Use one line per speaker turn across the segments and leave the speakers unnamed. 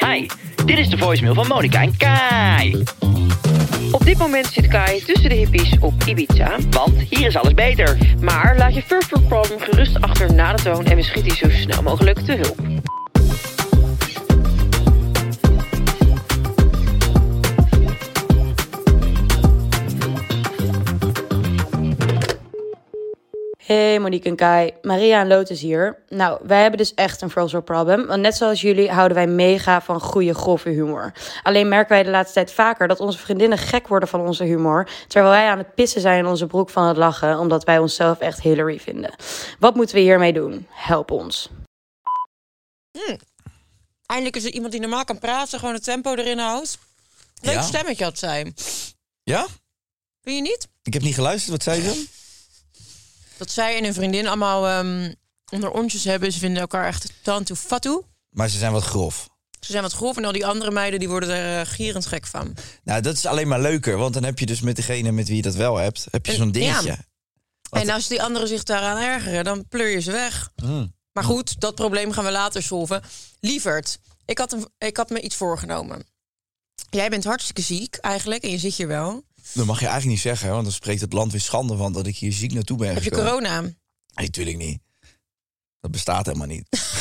Hi, dit is de voicemail van Monica en Kai. Op dit moment zit Kai tussen de hippies op Ibiza, want hier is alles beter. Maar laat je Fur Fur Problem gerust achter na de toon en we schieten je zo snel mogelijk te hulp.
Hey Monique en Kai, Maria en Lotus hier. Nou, wij hebben dus echt een frozen problem. Want net zoals jullie houden wij mega van goede, grove humor. Alleen merken wij de laatste tijd vaker dat onze vriendinnen gek worden van onze humor. Terwijl wij aan het pissen zijn in onze broek van het lachen. Omdat wij onszelf echt Hillary vinden. Wat moeten we hiermee doen? Help ons.
Mm. Eindelijk is er iemand die normaal kan praten, gewoon het tempo erin houdt. Leuk
Ja.
stemmetje had zij.
Ja?
Vind je niet?
Ik heb niet geluisterd. Wat zei ze?
Dat zij en hun vriendin allemaal ehm onder ontjes hebben. Ze vinden elkaar echt tantu fatu.
Maar ze zijn wat grof.
Ze zijn wat grof en al die andere meiden die worden er eh, gierend gek van.
Nou, dat is alleen maar leuker. Want dan heb je dus met degene met wie je dat wel hebt, heb je
En-
zo'n dingetje.
Eh, ja. En als die anderen zich daaraan ergeren, dan pleur je ze weg. Maar goed, dat probleem gaan we later solven. Lieverd, ik had, een, ik had me iets voorgenomen. Jij bent hartstikke ziek eigenlijk en je zit hier wel.
Dat mag je eigenlijk niet zeggen, want dan spreekt het land weer schande van dat ik hier ziek naartoe ben
Heb je
gekomen.
corona?
Nee, tuurlijk niet. Dat bestaat helemaal niet.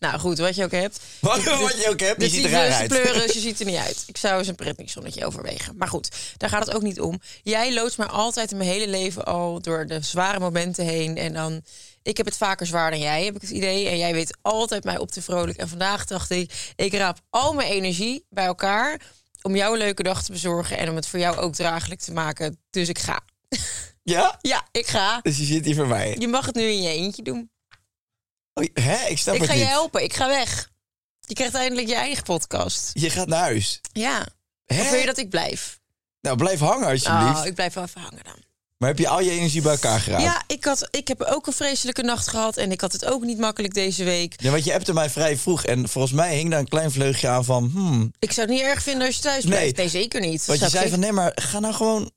Nou goed, wat je ook hebt.
Wat, wat je ook hebt, je
Dus
ziet
die
er raar
dus
uit.
pleuris, je ziet er niet uit. Ik zou eens een pretniksonnetje overwegen. Maar goed, daar gaat het ook niet om. Jij loodt me altijd in mijn hele leven al door de zware momenten heen. En dan, ik heb het vaker zwaar dan jij, heb ik het idee. En jij weet altijd mij op te vrolijk. En vandaag dacht ik, ik raap al mijn energie bij elkaar... om jou een leuke dag te bezorgen en om het voor jou ook draaglijk te maken. Dus ik ga.
Ja?
Ja, ik ga.
Dus je zit hier voor mij.
Je mag het nu in je eentje doen.
Oh, hè? Ik snap
Ik
het
ga
niet.
je helpen, ik ga weg. Je krijgt eindelijk je eigen podcast.
Je gaat naar huis.
Ja.
Hè?
Of wil je dat ik blijf?
Nou, blijf hangen alsjeblieft.
Oh, ik blijf wel even hangen dan.
Maar heb je al je energie bij elkaar geraapt?
Ja, ik, had, ik heb ook een vreselijke nacht gehad. En ik had het ook niet makkelijk deze week.
Ja, want je appte mij vrij vroeg. En volgens mij hing daar een klein vleugje aan van... Hmm,
Ik zou het niet erg vinden als je thuis
Nee.
blijft. Nee, zeker niet.
Want je
Zou
zei
ik-
van, nee, maar ga nou gewoon...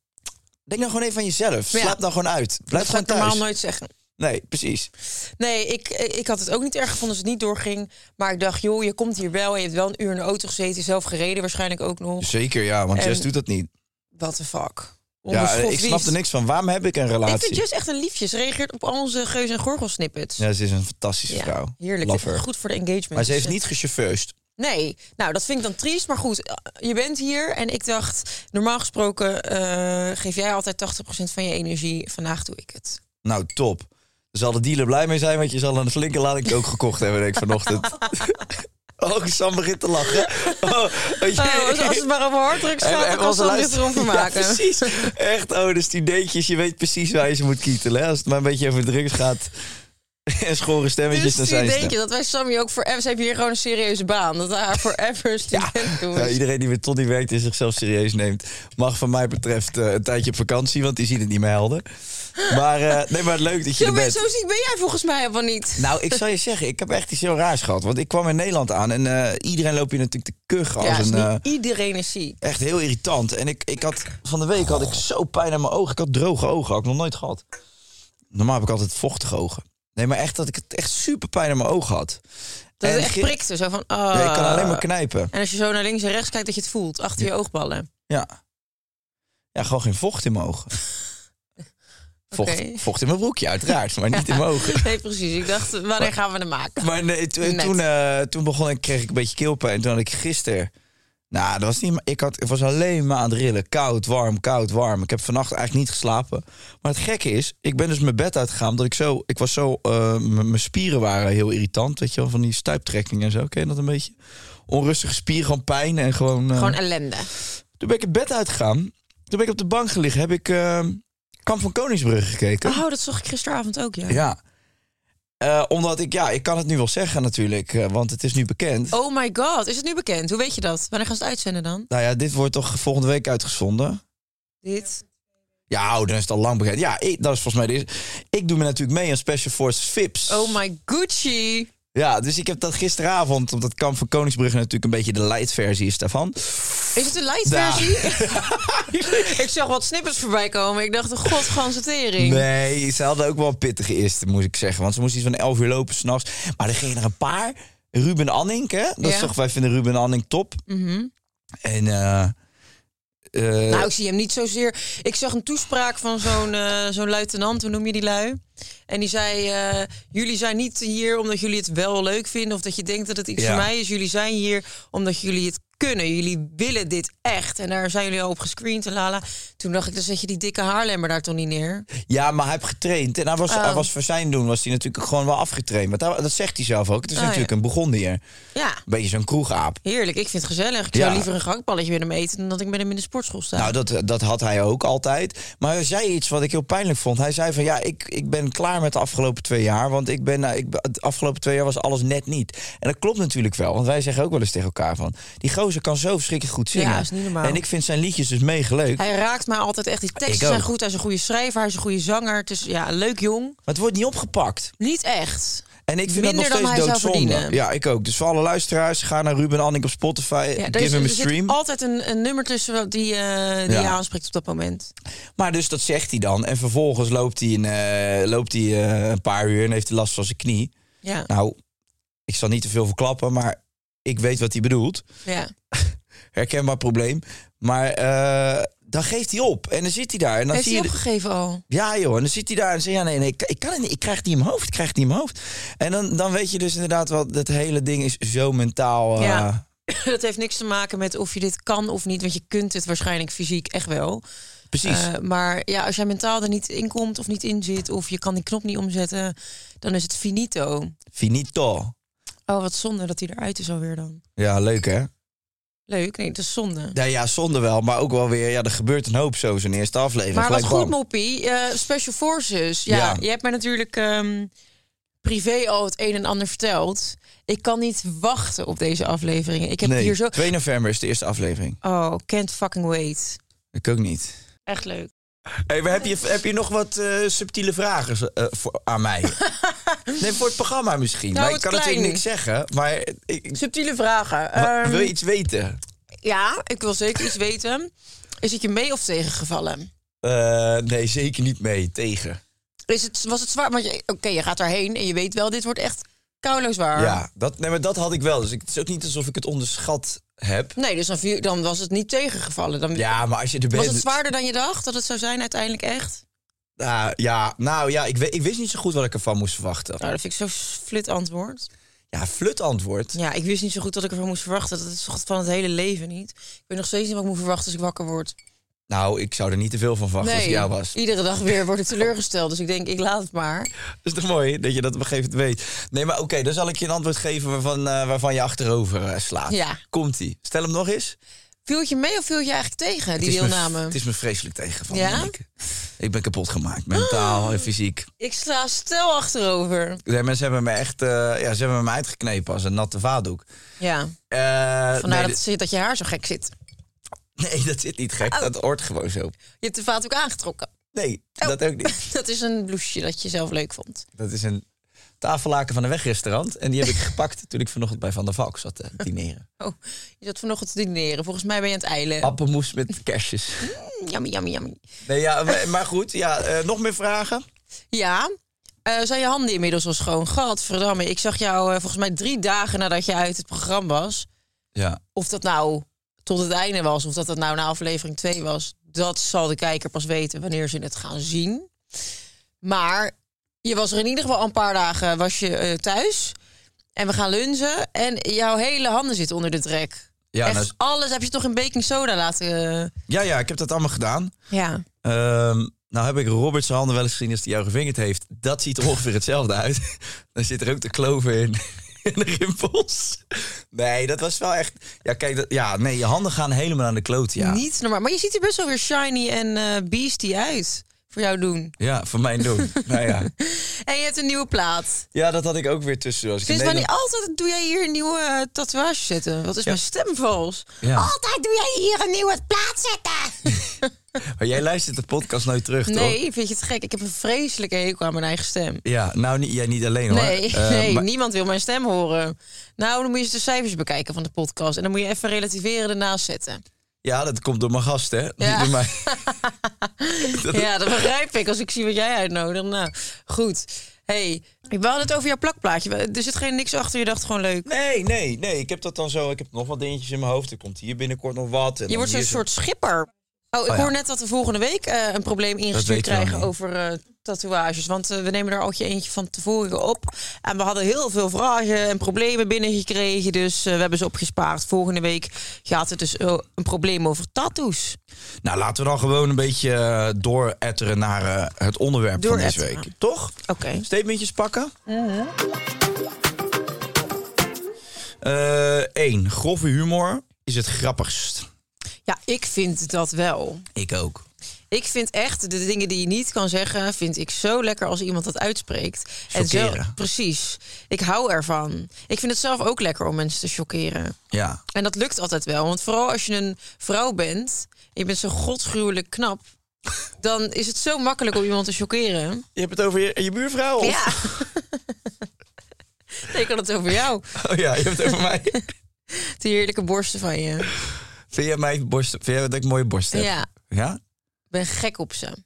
Denk nou gewoon even aan jezelf.
Ja.
Slaap nou gewoon uit. Blijf
dat ga
gewoon
ik normaal
thuis.
nooit zeggen.
Nee, precies.
Nee, ik, ik had het ook niet erg gevonden als het niet doorging. Maar ik dacht, joh, je komt hier wel. En je hebt wel een uur in de auto gezeten. Zelf gereden waarschijnlijk ook nog.
Zeker, ja, want
En-
Jess doet dat niet.
What the fuck.
Ja, eh,
Onbeschoft
ik snap er
wies.
niks van. Waarom heb ik een
Ik vind
relatie?
Jess echt een liefje. Ze reageert op al onze geus- en gorgelsnippets.
Ja, ze is een fantastische
Ja,
vrouw.
heerlijk.
Love her.
Goed voor de engagement.
Maar ze heeft
Dus,
niet gechauffeurst.
Nee, nou dat vind ik dan triest. Maar goed, eh, je bent hier en ik dacht, normaal gesproken eh, geef jij altijd 80% van je energie. Vandaag doe ik het.
Nou, top. Er zal de dealer blij mee zijn, want je zal een flinke lading ook gekocht hebben, denk ik, vanochtend. oh, Sam begint te lachen. Oh, jee.
Oh, als- als het maar over harddrugs gaat, dan kan
onze
Sam dit
luister-
erom Dus vermaken.
Ja, precies. Echt, oh, dus die deetjes, je weet precies waar je ze moet kietelen. hè. Als het maar een beetje over drugs gaat en schoren stemmetjes,
Dus
dan
student,
zijn ze
denk je
er.
dat wij Sammy ook forever... Ze hebben hier gewoon een serieuze baan. Dat hij haar forever een student doen.
Nou, iedereen die met Toddy werkt en zichzelf serieus neemt, mag van mij betreft eh, een tijdje op vakantie, want die ziet het niet meer helder. Maar, eh, nee, maar leuk dat je
zo,
er
ben,
bent.
zo ziek ben jij volgens mij helemaal niet.
Nou, ik zal je zeggen, ik heb echt iets heel raars gehad. Want ik kwam in Nederland aan en eh, iedereen loopt hier natuurlijk te kuchen
ja,
als
dus
een...
niet
eh,
iedereen is ziek.
echt heel irritant. En ik, ik had, van de week had ik zo pijn aan mijn ogen. Ik had droge ogen, had ik nog nooit gehad. Normaal heb ik altijd vochtige ogen. Nee, maar echt dat ik het echt super pijn aan mijn ogen had.
Dat
en
het echt
ge-
prikte. Zo van, ah.
Ja, ik kan alleen maar knijpen.
En als je zo naar links en rechts kijkt, dat je het voelt. Achter je oogballen.
Ja. Ja, gewoon geen vocht in mijn ogen. Vocht,
Oké.
vocht in mijn broekje, uiteraard, maar niet in mijn ogen.
Nee, precies. Ik dacht, wanneer gaan we hem maken?
Maar nee, to-
Net.
toen, eh, toen begon ik, kreeg ik een beetje keelpijn. En toen had ik gisteren... Nou, dat was niet... maar Ik, had, ik was alleen maar aan het rillen. Koud, warm, koud, warm. Ik heb vannacht eigenlijk niet geslapen. Maar het gekke is, ik ben dus mijn bed uitgegaan... omdat ik zo... Ik was zo... eh, m- mijn spieren waren heel irritant, weet je wel. Van die stuiptrekking en zo. Ken je dat een beetje? Onrustige spieren, gewoon pijn en gewoon... eh,
Gewoon ellende.
Toen ben ik het bed uitgegaan. Toen ben ik op de bank gelegen. Heb ik eh, Kamp van Koningsbrug gekeken.
Oh, dat zag ik gisteravond ook, ja.
Ja. Eh, omdat ik, ja, ik kan het nu wel zeggen natuurlijk, eh, want het is nu bekend.
Oh my god, is het nu bekend? Hoe weet je dat? Wanneer gaan ze het uitzenden dan?
Nou ja, dit wordt toch volgende week uitgezonden?
Dit?
Ja, oh, dan is het al lang bekend. Ja, ik, dat is volgens mij de eerste. Ik doe me natuurlijk mee aan Special Forces FIPS.
Oh my Gucci.
Ja, dus ik heb dat gisteravond, omdat Kamp van Koningsbrugge natuurlijk een beetje de light versie is daarvan.
Is het een light
Ja.
versie? ik zag wat snippers voorbij komen. Ik dacht, god, ganse tering.
Nee, ze hadden ook wel pittig eerst, moet ik zeggen. Want ze moesten iets van 11 uur lopen s'nachts. Maar er gingen er een paar. Ruben Anning, hè? Dat is
Ja. Mhm.
toch, wij vinden Ruben Anning top. En eh, eh,
Nou, ik zie hem niet zozeer. Ik zag een toespraak van zo'n eh, zo'n luitenant, hoe noem je die lui? En die zei: eh, Jullie zijn niet hier omdat jullie het wel leuk vinden of dat je denkt dat het iets
Ja.
voor mij is. Jullie zijn hier omdat jullie het kunnen. Jullie willen dit echt. En daar zijn jullie al op gescreend en lala. Toen dacht ik: Dan zet je die dikke Haarlemmer daar toch niet neer?
Ja, maar hij heeft getraind. En hij was,
Oh.
hij was voor zijn doen was hij natuurlijk gewoon wel afgetraind. Maar dat, dat zegt hij zelf ook. Het is
Ah,
natuurlijk
ja.
een Burgondier. Een
Ja,
beetje zo'n kroegaap.
heerlijk. Ik vind het gezellig. Ik
Ja.
zou liever een gangpalletje met hem eten dan dat ik met hem in de sportschool sta.
Nou, dat, dat had hij ook altijd. Maar hij zei iets wat ik heel pijnlijk vond. Hij zei van, ja, ik, ik ben klaar met de afgelopen twee jaar. Want ik ben, nou, ik, ben- de afgelopen twee jaar was alles net niet. En dat klopt natuurlijk wel. Want wij zeggen ook wel eens tegen elkaar van... die gozer kan zo verschrikkelijk goed zingen.
Ja, is niet normaal.
En ik vind zijn liedjes dus mega leuk.
hij raakt mij altijd echt. Die
Ik
teksten zijn
ook.
goed. Hij is een goede schrijver. Hij is een goede zanger. Het is ja, leuk jong.
Maar het wordt niet opgepakt.
Niet echt.
En ik vind
Minder
dat
dan
nog
hij
steeds
zou
doodzonde.
verdienen.
Ja, ik ook. Dus voor alle luisteraars, ga naar Ruben Anning op Spotify.
Ja, er,
give
is,
hem
er
een
zit
stream.
altijd een, een nummer tussen wat die, eh, die
Ja.
je aanspreekt op dat moment.
Maar dus dat zegt hij dan. En vervolgens loopt hij een, eh, loopt hij, eh, een paar uur en heeft hij last van zijn knie.
Ja.
Nou, ik zal niet te veel verklappen, maar ik weet wat hij bedoelt.
ja.
Herkenbaar probleem. Maar eh, dan geeft hij op en dan zit hij daar. En dan
Heeft
zie
hij
je,
opgegeven al?
ja joh, en dan zit hij daar en zegt ja nee, nee ik, ik kan het niet, ik krijg het niet in mijn hoofd, ik krijg het niet in mijn hoofd. En dan, dan weet je dus inderdaad wel, dat hele ding is zo mentaal. eh,
Ja. Dat heeft niks te maken met of je dit kan of niet. Want je kunt het waarschijnlijk fysiek echt wel.
Precies.
Eh, maar ja, als jij mentaal er niet in komt of niet in zit... of je kan die knop niet omzetten, dan is het finito.
Finito.
Oh, wat zonde dat hij eruit is alweer dan.
Ja, leuk hè?
Leuk, nee, dat is zonde.
Ja, ja, zonde wel, maar ook wel weer, ja, er gebeurt een hoop zo zijn eerste aflevering.
Maar wat
Gelijk
goed,
bam.
Moppie. eh, Special Forces. Ja,
Ja.
je hebt mij natuurlijk ehm, privé al het een en ander verteld. Ik kan niet wachten op deze afleveringen. Ik heb
nee,
hier zo...
2 november is de eerste aflevering.
Oh, can't fucking wait.
Ik ook niet.
Echt leuk.
Hey, maar heb, je, heb je nog wat eh, subtiele vragen eh, voor, aan mij? nee, voor het programma misschien.
Nou,
maar ik
het
kan
klein.
natuurlijk niks zeggen. Maar ik,
Subtiele vragen.
wa-
Ehm,
wil je iets weten?
Ja, ik wil zeker iets weten. Is het je mee of tegengevallen?
Eh, nee, zeker niet mee. Tegen.
Is het, was het zwaar? Want je- oké, je gaat daarheen en je weet wel, dit wordt echt koulo zwaar.
Ja, dat, nee, maar dat had ik wel. Dus ik, het is ook niet alsof ik het onderschat heb.
Nee, dus dan, viel- dan was het niet tegengevallen. Dan,
Ja, maar als je er bent...
was het zwaarder dan je dacht dat het zou zijn uiteindelijk echt?
Ah, ja, nou ja, ik, we- ik wist niet zo goed wat ik ervan moest verwachten.
Nou, dat vind ik zo'n flit antwoord.
Ja, flut antwoord.
Ja, ik wist niet zo goed wat ik ervan moest verwachten. Dat is toch van het hele leven niet. Ik weet nog steeds niet wat ik moet verwachten als ik wakker word.
Nou, ik zou er niet te veel van verwachten als ik jou was.
iedere dag weer word ik teleurgesteld. Dus ik denk, ik laat het maar.
Dat is toch mooi dat je dat op een gegeven moment weet. Nee, maar oké, dan zal ik je een antwoord geven waarvan, eh, waarvan je achterover eh, slaat.
Ja.
Komt-ie. Stel hem nog eens.
Viel het je mee of viel het je eigenlijk tegen, die
Het is me-
deelname?
Het is me vreselijk tegengevallen.
Ja?
Ik, ik ben kapot gemaakt, mentaal en fysiek.
Ik sla stel achterover.
Nee, mensen hebben me echt eh, ja, ze hebben me uitgeknepen als een natte vaatdoek.
Ja,
Eh,
vandaar
nee,
dat, Oh. ze- dat je haar zo gek zit.
dat, nee, dat zit niet gek. Dat hoort gewoon zo.
Je hebt de vaat ook aangetrokken.
Nee,
Oh.
dat ook niet.
Dat is een blouseje dat je zelf leuk vond.
Dat is een tafellaken van een wegrestaurant. En die heb ik gepakt toen ik vanochtend bij Van der Valk zat eh, te dineren.
Oh, je zat vanochtend te dineren. Volgens mij ben je aan het eilen.
Appelmoes met kerstjes.
Yummy, yummy, yummy.
Nee, ja, we- maar goed, ja, eh, nog meer vragen?
Ja. Eh, zijn je handen inmiddels al schoon? Gadverdamme, ik zag jou eh, volgens mij drie dagen nadat je uit het programma was.
Ja.
Of dat nou tot het einde was, of dat dat nou na aflevering 2 was, dat zal de kijker pas weten wanneer ze het gaan zien. Maar je was er in ieder geval een paar dagen was je, eh, thuis. En we gaan lunchen. En jouw hele handen zitten onder de trek.
Ja,
Echt,
nou-
alles heb je toch in baking soda laten... eh,
Ja, ja, ik heb dat allemaal gedaan.
ja.
Ehm, nou heb ik Robert zijn handen wel eens gezien als hij jou gevingerd heeft. Dat ziet er ongeveer hetzelfde uit. Dan zit er ook de kloven in. En de rimpels. Nee, dat was wel echt... Ja, kijk, dat, ja, nee, je handen gaan helemaal aan de kloot, ja.
Niet normaal. Maar je ziet er best wel weer shiny en eh beastie uit. Voor jou doen.
Ja, voor mijn doen. nou ja.
En je hebt een nieuwe plaat.
ja, dat had ik ook weer tussen. Als ik in
Sinds wanneer
Nederland-
altijd doe jij hier een nieuwe eh, tatoeage zetten? Wat is mijn stem vals?
Ja.
Altijd doe jij hier een nieuwe plaat zetten.
Maar jij luistert de podcast nooit terug, toch?
nee, vind je het gek? Ik heb een vreselijke hekel aan mijn eigen stem.
Ja, nou, niet, jij niet alleen, hoor.
Nee,
Eh,
nee
maar-
niemand wil mijn stem horen. Nou, dan moet je eens de cijfers bekijken van de podcast. En dan moet je even relativeren ernaast zetten.
Ja, dat komt door mijn gast, hè?
Ja.
Niet door mij.
Ja, dat begrijp ik. Als ik zie wat jij uitnodigt. Nou, goed. hey, we hadden het over jouw plakplaatje. Er zit geen niks achter. Je dacht gewoon leuk.
Nee, nee, nee. Ik heb dat dan zo. Ik heb nog wat dingetjes in mijn hoofd. Er komt hier binnenkort nog wat. en
Je
dan
wordt zo'n
hier zo-
soort schipper. Oh, ik
Oh, ja.
hoor net dat we volgende week eh, een probleem ingestuurd
weten we nog
krijgen
niet.
over eh, tatoeages. Want eh, we nemen er ook je eentje van tevoren op. En we hadden heel veel vragen en problemen binnengekregen. Dus eh, we hebben ze opgespaard. Volgende week gaat het dus eh, een probleem over tattoos.
Nou, laten we dan gewoon een beetje eh, dooretteren naar eh, het onderwerp van deze
Dooretteren.
week. Toch?
Oké. Mhm.
Statementjes pakken. Eh, Eén. grove humor is het grappigst.
Ja, ik vind dat wel.
Ik ook.
Ik vind echt de dingen die je niet kan zeggen, vind ik zo lekker als iemand dat uitspreekt.
Chockeren.
precies. Ik hou ervan. Ik vind het zelf ook lekker om mensen te chockeren.
Ja.
En dat lukt altijd wel. Want vooral als je een vrouw bent, en je bent zo godsgruwelijk knap, dan is het zo makkelijk om iemand te chockeren.
Je hebt het over je, je buurvrouw? of-
Ja. Nee, ik had het over jou.
Oh ja, je hebt het over mij.
Die heerlijke borsten van je.
Vind jij mij borsten? Vind jij dat ik mooie borsten heb?
Ja,
Ja?
ik ben gek op ze.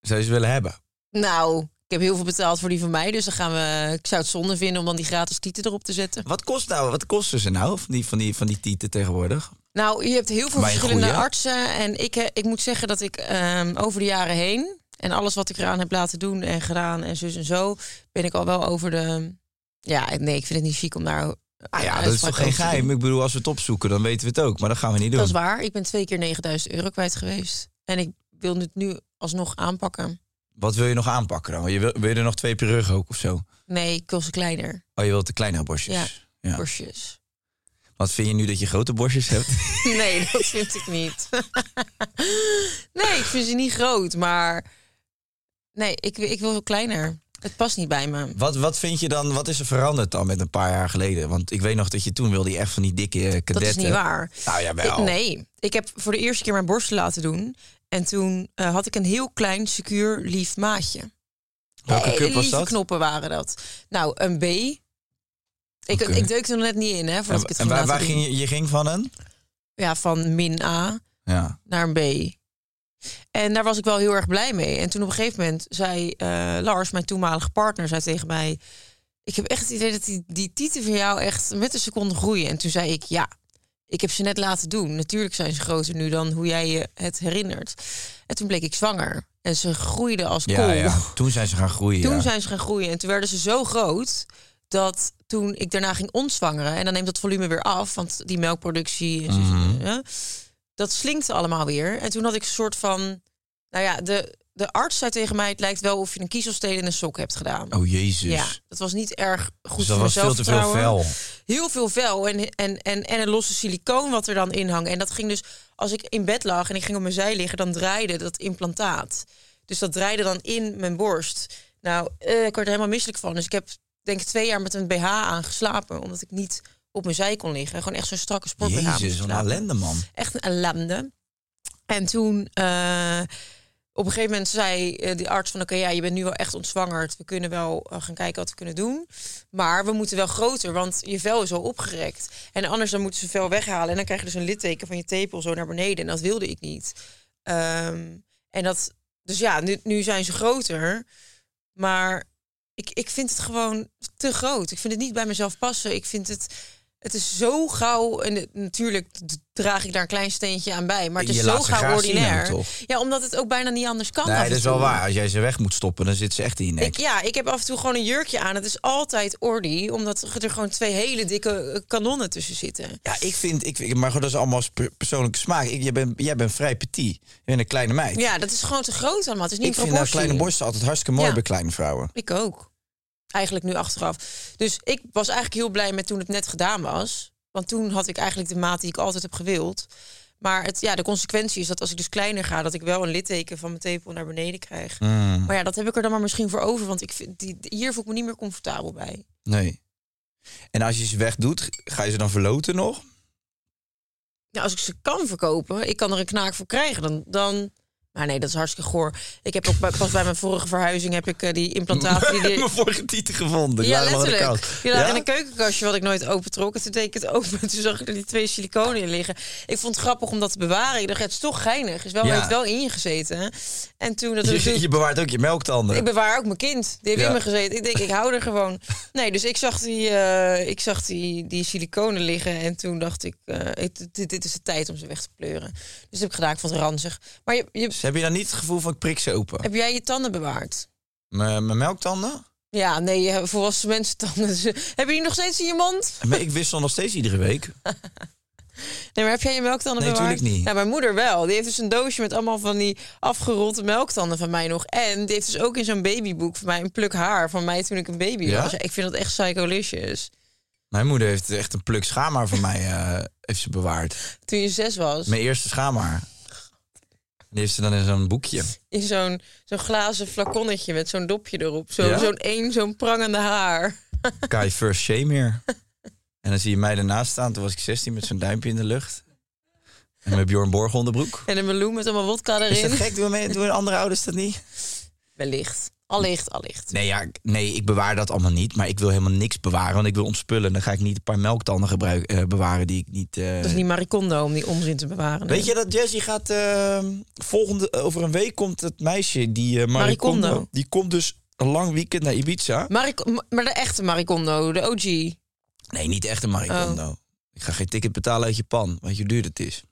Zou je ze willen hebben?
Nou, ik heb heel veel betaald voor die van mij, dus dan gaan we. Ik zou het zonde vinden om dan die gratis titel erop te zetten.
Wat kost nou? Wat kosten ze nou? Van die, van die, van die tieten tegenwoordig?
Nou, je hebt heel veel
Maar een
verschillende
goeie.
artsen. En ik, eh, ik moet zeggen dat ik ehm, over de jaren heen... en alles wat ik eraan heb laten doen en gedaan en zus en zo... ben ik al wel over de... Ja, nee, ik vind het niet chic om daar...
Ah ja,
uitspraak
dat is toch geen
over te doen.
geheim? Ik bedoel, als we het opzoeken, dan weten we het ook. Maar dat gaan we niet doen.
Dat is waar. Ik ben twee keer 9000 euro kwijt geweest. En ik wil het nu alsnog aanpakken.
Wat wil je nog aanpakken dan? Je wil, wil je er nog twee per rug ook of zo?
Nee, ik wil ze kleiner.
Oh, je wilt de kleinere borstjes? Ja.
Borstjes.
Wat vind je nu dat je grote borstjes hebt?
Nee, dat vind ik niet. nee, ik vind ze niet groot, maar... Nee, ik, ik wil ze kleiner. Het past niet bij me.
wat, wat vind je dan, wat is er veranderd dan met een paar jaar geleden? Want ik weet nog dat je toen wilde je echt van die dikke eh, kadetten.
Dat is niet waar.
Nou, jawel.
Ik- nee, ik heb voor de eerste keer mijn borsten laten doen. En toen eh, had ik een heel klein, secuur, lief maatje.
Welke
Eh,
cup was
lieve
dat?
knoppen waren dat. Nou, een B. Ik,
Oké.
ik deukte er net niet in, hè, voordat
En,
ik het
en
ging
waar,
laten
waar
doen.
ging je, je ging van een?
Ja, van min A
Ja.
naar een B. En daar was ik wel heel erg blij mee. En toen op een gegeven moment zei eh, Lars, mijn toenmalige partner, zei tegen mij... Ik heb echt het idee dat die, die tieten van jou echt met een seconde groeien. En toen zei ik, ja, ik heb ze net laten doen. Natuurlijk zijn ze groter nu dan hoe jij je het herinnert. En toen bleek ik zwanger. En ze groeiden als kool.
Ja, ja. Toen zijn ze gaan groeien.
Toen
ja.
zijn ze gaan groeien. En toen werden ze zo groot dat toen ik daarna ging ontzwangeren... en dan neemt dat volume weer af, want die melkproductie... en zo-
Mhm.
ja, dat slinkte allemaal weer. En toen had ik een soort van... Nou ja, de, de arts zei tegen mij... het lijkt wel of je een kiezelsteen in een sok hebt gedaan.
Oh, jezus.
Ja, dat was niet erg goed
Dus
voor
dat was
mijn
veel te veel
zelfvertrouwen.
vel.
Heel veel vel en, en, en, en een losse silicoon wat er dan in hangt. En dat ging dus, als ik in bed lag en ik ging op mijn zij liggen, dan draaide dat implantaat. Dus dat draaide dan in mijn borst. Nou, eh, ik werd er helemaal misselijk van. Dus ik heb denk ik twee jaar met een BH aangeslapen, omdat ik niet op mijn zij kon liggen. Gewoon echt zo'n strakke sport BH. moest
Jezus,
ik
wat een
slapen.
ellende, man.
Echt een ellende. En toen eh, op een gegeven moment zei eh, die arts van... oké, ja, je bent nu wel echt ontzwangerd. We kunnen wel eh, gaan kijken wat we kunnen doen. Maar we moeten wel groter, want je vel is al opgerekt. En anders dan moeten ze vel weghalen. En dan krijg je dus een litteken van je tepel zo naar beneden. En dat wilde ik niet. Ehm, en dat... Dus ja, nu, nu zijn ze groter. Maar ik, ik vind het gewoon te groot. Ik vind het niet bij mezelf passen. Ik vind het... Het is zo gauw, en het- natuurlijk d- draag ik daar een klein steentje aan bij, maar het
Je
is
laat
zo
ze
gauw
graag zien
ordinair.
ook, toch?
Ja, omdat het ook bijna niet anders kan. af
Nee,
en
dat is wel
toe.
waar. Als jij ze weg moet stoppen, dan zit ze echt in je nek.
Ik, ja, ik heb af en toe gewoon een jurkje aan. Het is altijd ordy, omdat er gewoon twee hele dikke eh, kanonnen tussen zitten.
Ja, ik vind, ik, ik- maar goed, dat is allemaal per- persoonlijke smaak. Ik, jij, bent, jij bent vrij petit. Je bent een kleine meid.
Ja, dat is gewoon te groot allemaal. Het is niet
ik
in
vind nou
proportie.
kleine borsten altijd hartstikke mooi
Ja.
bij kleine vrouwen.
Ik ook. Eigenlijk nu achteraf. Dus ik was eigenlijk heel blij met toen het net gedaan was. Want toen had ik eigenlijk de maat die ik altijd heb gewild. Maar het, ja, de consequentie is dat als ik dus kleiner ga... dat ik wel een litteken van mijn tepel naar beneden krijg. Maar ja, dat heb ik er dan maar misschien voor over. Want ik vind, die, hier voel ik me niet meer comfortabel bij.
Nee. En als je ze wegdoet, ga je ze dan verloten nog?
Nou, als ik ze kan verkopen, ik kan er een knaak voor krijgen, dan... dan maar nee, dat is hartstikke goor. Ik heb ook bij- pas bij mijn vorige verhuizing heb ik eh, die implantaten... Die,
Mijn vorige titel gevonden. Die
Ja,
lagen nog in de
letterlijk.
kast.
Die lagen
Ja?
in een keukenkastje wat ik nooit opentrok. En toen deed ik het open en toen zag ik er die twee siliconen in liggen. Ik vond het grappig om dat te bewaren. Ik dacht, het is toch geinig. Is wel,
Ja.
heeft wel in je gezeten. En toen dat dus-
Je, je bewaart ook je melktanden.
ik bewaar ook mijn kind. Die heeft
Ja.
in me gezeten. Ik denk, ik hou er gewoon. Nee, dus ik zag die, eh, ik zag die, die siliconen liggen. En toen dacht ik, eh, ik- dit, dit is de tijd om ze weg te pleuren. Dus dat heb ik gedaan. Ik vond het ranzig. Maar je, je,
Dus heb je dan niet het gevoel van ik prik ze open? eh,
heb jij je tanden bewaard?
Mijn mijn melktanden?
Ja, nee, je hebt volwassen mensen tanden. Heb je die nog steeds in je mond?
Maar ik wissel nog steeds iedere week.
Nee, maar heb jij je melktanden
Nee,
bewaard?
tuurlijk niet.
Nou, mijn moeder wel. Die heeft dus een doosje met allemaal van die afgerolde melktanden van mij nog. En die heeft dus ook in zo'n babyboek van mij een pluk haar van mij toen ik een baby
Ja?
was. Ja, ik vind dat echt psycholicious.
Mijn moeder heeft echt een pluk schaamhaar van mij eh, heeft ze bewaard.
Toen je zes was,
Mijn eerste schaamhaar. Die heeft ze dan in zo'n boekje.
in zo'n zo'n glazen flaconnetje met zo'n dopje erop. Zo,
Ja?
Zo'n één, zo'n prangende haar.
Kai First Shame hier. En dan zie je mij daarnaast staan. Toen was ik 16 met zo'n duimpje in de lucht. En met Bjorn Borg onderbroek.
En een meloen met allemaal wodka
Is
erin.
dat gek? Doen, we- doen andere ouders dat niet?
Wellicht. Allicht, allicht.
Nee, ja, ik- nee, ik bewaar dat allemaal niet. Maar ik wil helemaal niks bewaren. Want ik wil ontspullen. Dan ga ik niet een paar melktanden gebruik, eh, bewaren die ik niet... eh,
Dat is niet maricondo om die onzin te bewaren.
Weet je dat Jessie gaat... eh, volgende, over een week komt het meisje, die eh Maricondo.
Maricondo.
Die komt dus een lang weekend naar Ibiza.
Maric- ma- maar de echte maricondo, de
Eh,
OG.
Nee, niet echt
Oh.
een Maricondo. Ik ga geen ticket betalen uit Japan, want hoe duur het is.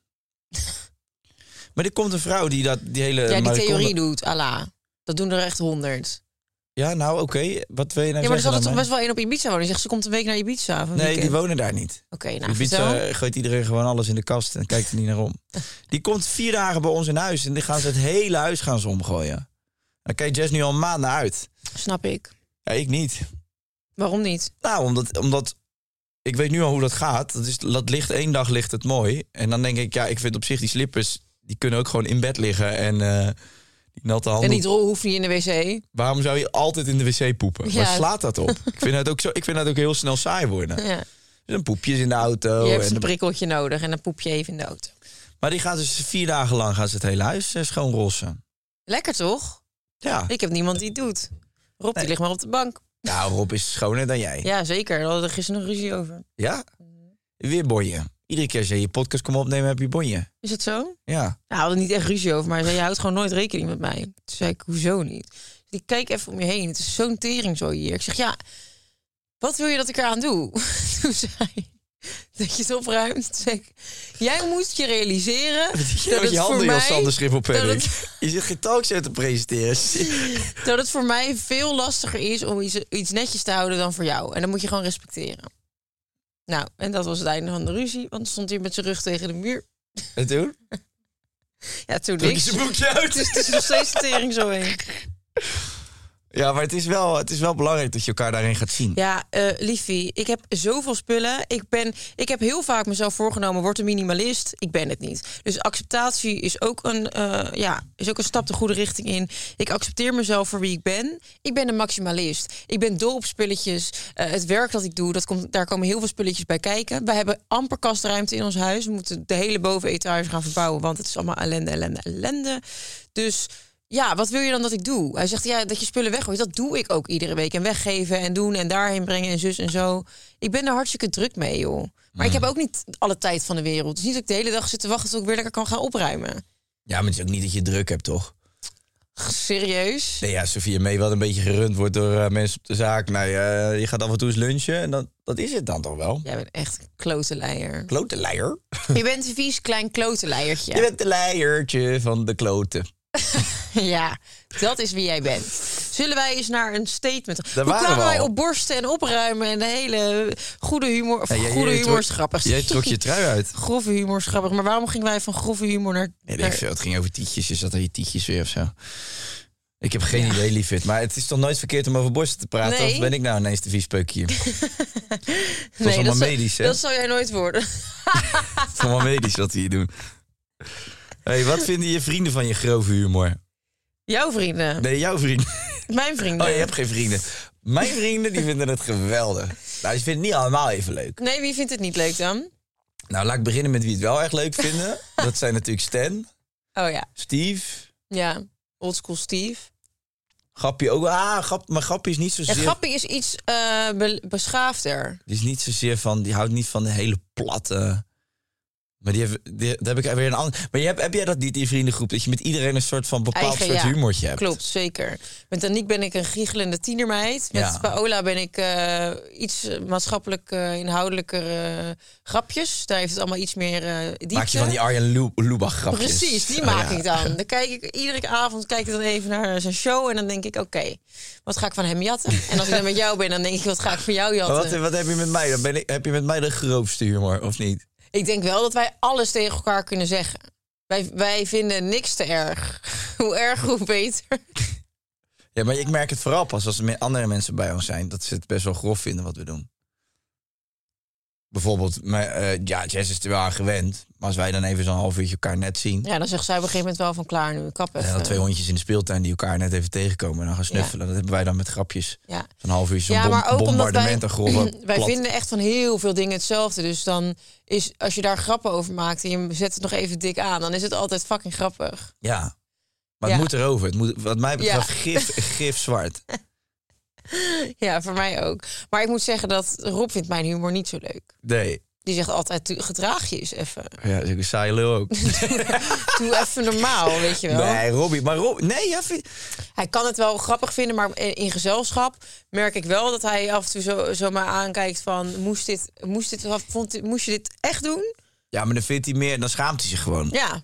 maar er komt een vrouw die dat die hele
ja, die
Maricondo-
theorie doet, ala. Dat doen er echt honderd.
Ja, nou oké. Wat wil je nou
ja, maar er
zeggen?
zat er toch
dan,
best wel één op Ibiza wonen. Die zegt, ze komt een week naar Ibiza. of een
Nee, die
weekend.
wonen daar niet.
Oké, nou,
Ibiza
vertel.
gooit iedereen gewoon alles in de kast en kijkt er niet naar om. Die komt vier dagen bij ons in huis en die gaan ze het hele huis gaan ze omgooien. Dan kijkt Jess nu al een maand naar uit.
Snap ik.
Ja, ik niet.
Waarom niet?
Nou, omdat, omdat ik weet nu al hoe dat gaat. Dat, is, dat ligt één dag ligt het mooi. En dan denk ik, ja, ik vind op zich die slippers, die kunnen ook gewoon in bed liggen. En eh, die natte handen.
En die drol hoeft niet in de wc.
Waarom zou je altijd in de wc poepen?
Ja.
Waar slaat dat op? ik, vind het ook zo, ik vind dat ook heel snel saai worden.
Ja.
Dus een poepje is in de auto.
je hebt
Oh, en
een
de-
prikkeltje nodig en dan poep je even in de auto.
maar die gaat dus vier dagen lang gaan ze het hele huis eh, schoonrossen.
Lekker toch?
Ja.
Ik heb niemand die het doet. Rob,
Nee.
die ligt maar op de bank.
Nou, Rob is schoner dan jij.
Ja, zeker. Daar hadden we gisteren nog ruzie over.
Ja? Weer bonje. Iedere keer als je je podcast komt opnemen, heb je bonje.
Is het zo?
Ja.
Nou, we hadden niet echt ruzie over, maar hij zei, je houdt gewoon nooit rekening met mij. Toen zei ik, hoezo niet? Dus ik kijk even om je heen, het is zo'n tering zo hier. Ik zeg, ja, wat wil je dat ik eraan doe? Toen zei hij, dat je het opruimt. Toen zei ik, jij moest je realiseren dat
Ja, met
het
je
voor
handen heel
mij...
Sander Schimmelpenning.
dat het-
Je zit geen talkshow te presenteren.
Dat het voor mij veel lastiger is om iets, iets netjes te houden dan voor jou. En dat moet je gewoon respecteren. Nou, en dat was het einde van de ruzie, want stond hij met zijn rug tegen de muur.
En toen?
Ja, toen
Druk je
niks.
zijn broekje uit.
Het is, het is nog steeds de tering zo heen.
Ja, maar het is, wel, het is wel belangrijk dat je elkaar daarin gaat zien.
Ja, eh liefie, ik heb zoveel spullen. Ik, ben, ik heb heel vaak mezelf voorgenomen, word een minimalist. Ik ben het niet. Dus acceptatie is ook een, eh, ja, is ook een stap de goede richting in. Ik accepteer mezelf voor wie ik ben. Ik ben een maximalist. Ik ben dol op spulletjes. Eh, het werk dat ik doe, dat komt, daar komen heel veel spulletjes bij kijken. Wij hebben amper kastruimte in ons huis. We moeten de hele bovenetage gaan verbouwen, want het is allemaal ellende, ellende, ellende. Dus ja, wat wil je dan dat ik doe? Hij zegt, ja, dat je spullen weggooit. Dat doe ik ook iedere week. En weggeven en doen en daarheen brengen en zus en zo. Ik ben er hartstikke druk mee, joh. Maar ik heb ook niet alle tijd van de wereld. Het is niet dat ik de hele dag zit te wachten tot ik weer lekker kan gaan opruimen.
Ja, maar het is ook niet dat je druk hebt, toch?
Serieus?
Nee, ja, Sofia mee wat een beetje gerund wordt door eh, mensen op de zaak. Nee, eh, je gaat af en toe eens lunchen en dat, dat is het dan toch wel?
Jij bent echt een klote leier.
Klote leier.
Je bent een vies klein klote leiertje.
Je bent de leiertje van de kloten.
Ja, dat is wie jij bent. Zullen wij eens naar een statement... Hoe
waren
kwamen
we
wij
al.
op borsten en opruimen en de hele goede humor... Of
Ja, jij-
goede
jij
humor is
trok-
grappig.
Jij trok je trui uit.
Grove humor is grappig. Maar waarom gingen wij van grove humor naar...
Nee, weet
naar-
ik veel. Het ging over tietjes. Je zat aan je tietjes weer of zo. Ik heb geen idee, lieverd. Maar het is toch nooit verkeerd om over borsten te praten?
Nee.
Of ben ik nou ineens de viespeuk hier? Het was
nee,
allemaal
dat zou-
medisch, hè?
Dat zou jij nooit worden.
Het is allemaal medisch wat we hier doen. hey, wat vinden je vrienden van je grove humor?
Jouw vrienden.
Nee, jouw vrienden.
Mijn vrienden.
Oh, je hebt geen vrienden. Mijn vrienden die vinden het geweldig. Nou, ze vinden het niet allemaal even leuk.
Nee, wie vindt het niet leuk dan?
Nou, laat ik beginnen met wie het wel echt leuk vinden. Dat zijn natuurlijk Stan,
Oh ja.
Steve,
Ja. Oldschool Steve.
Grappie ook. wel. Ah, grap, maar Grappie is niet
En
zozeer...
Grappig is iets eh, be- beschaafder.
Die is niet zozeer van, die houdt niet van de hele platte. Maar die heeft, die, daar heb ik weer een ander. Maar je hebt, heb jij dat niet in je vriendengroep? Dat je met iedereen een soort van bepaald
Eigen,
soort
ja.
humortje hebt?
Klopt, zeker. Met Aniek ben ik een giechelende tienermeid. Met
Ja.
Paola ben ik eh, iets maatschappelijk eh, inhoudelijker eh, grapjes. Daar heeft het allemaal iets meer eh diepte.
Maak je van die Arjen Lu- Lubach grapjes?
Precies, die
Oh,
maak
ja.
ik dan. Dan kijk ik iedere avond kijk ik dan even naar zijn show en dan denk ik, oké, wat ga ik van hem jatten? En als ik dan met jou ben, dan denk ik, wat ga ik van jou
Maar
jatten?
wat, wat heb je met mij? Dan ben ik, heb je met mij de grootste humor, of niet?
Ik denk wel dat wij alles tegen elkaar kunnen zeggen. Wij, wij vinden niks te erg. Hoe erg, hoe beter.
Ja, maar ik merk het vooral pas als er meer andere mensen bij ons zijn. Dat ze het best wel grof vinden wat we doen. Bijvoorbeeld, maar, eh, ja, Jess is er wel aan gewend. Maar als wij dan even zo'n half uurtje elkaar net zien.
Ja, dan zegt zij op een gegeven moment wel van klaar nu, kap
En dan
even.
twee hondjes in de speeltuin die elkaar net even tegenkomen en dan gaan snuffelen. Dat hebben wij dan met grapjes.
Ja.
Een half uur zo'n
ja,
bom-
maar ook omdat wij,
bombardement en grove
wij
plat.
vinden echt van heel veel dingen hetzelfde. Dus dan is, als je daar grappen over maakt en je zet het nog even dik aan, dan is het altijd fucking grappig.
Ja. Maar
Ja.
het moet erover. Het moet, wat mij betreft
Ja.
gif, gif zwart.
Ja, voor mij ook. Maar ik moet zeggen dat Rob vindt mijn humor niet zo leuk.
Nee.
Die zegt altijd, "Doe- gedraag je eens even.
Ja, dat is ook een saaie lul ook.
Doe even normaal, weet je wel.
Nee, Robbie. Maar Rob, nee, ja, vind-
Hij kan het wel grappig vinden, maar in in gezelschap merk ik wel dat hij af en toe zo, zo maar aankijkt van... Moest, dit, moest, dit, wat vond, dit- moest je dit echt doen?
ja, maar dan vindt hij meer, dan schaamt hij zich gewoon. Ja,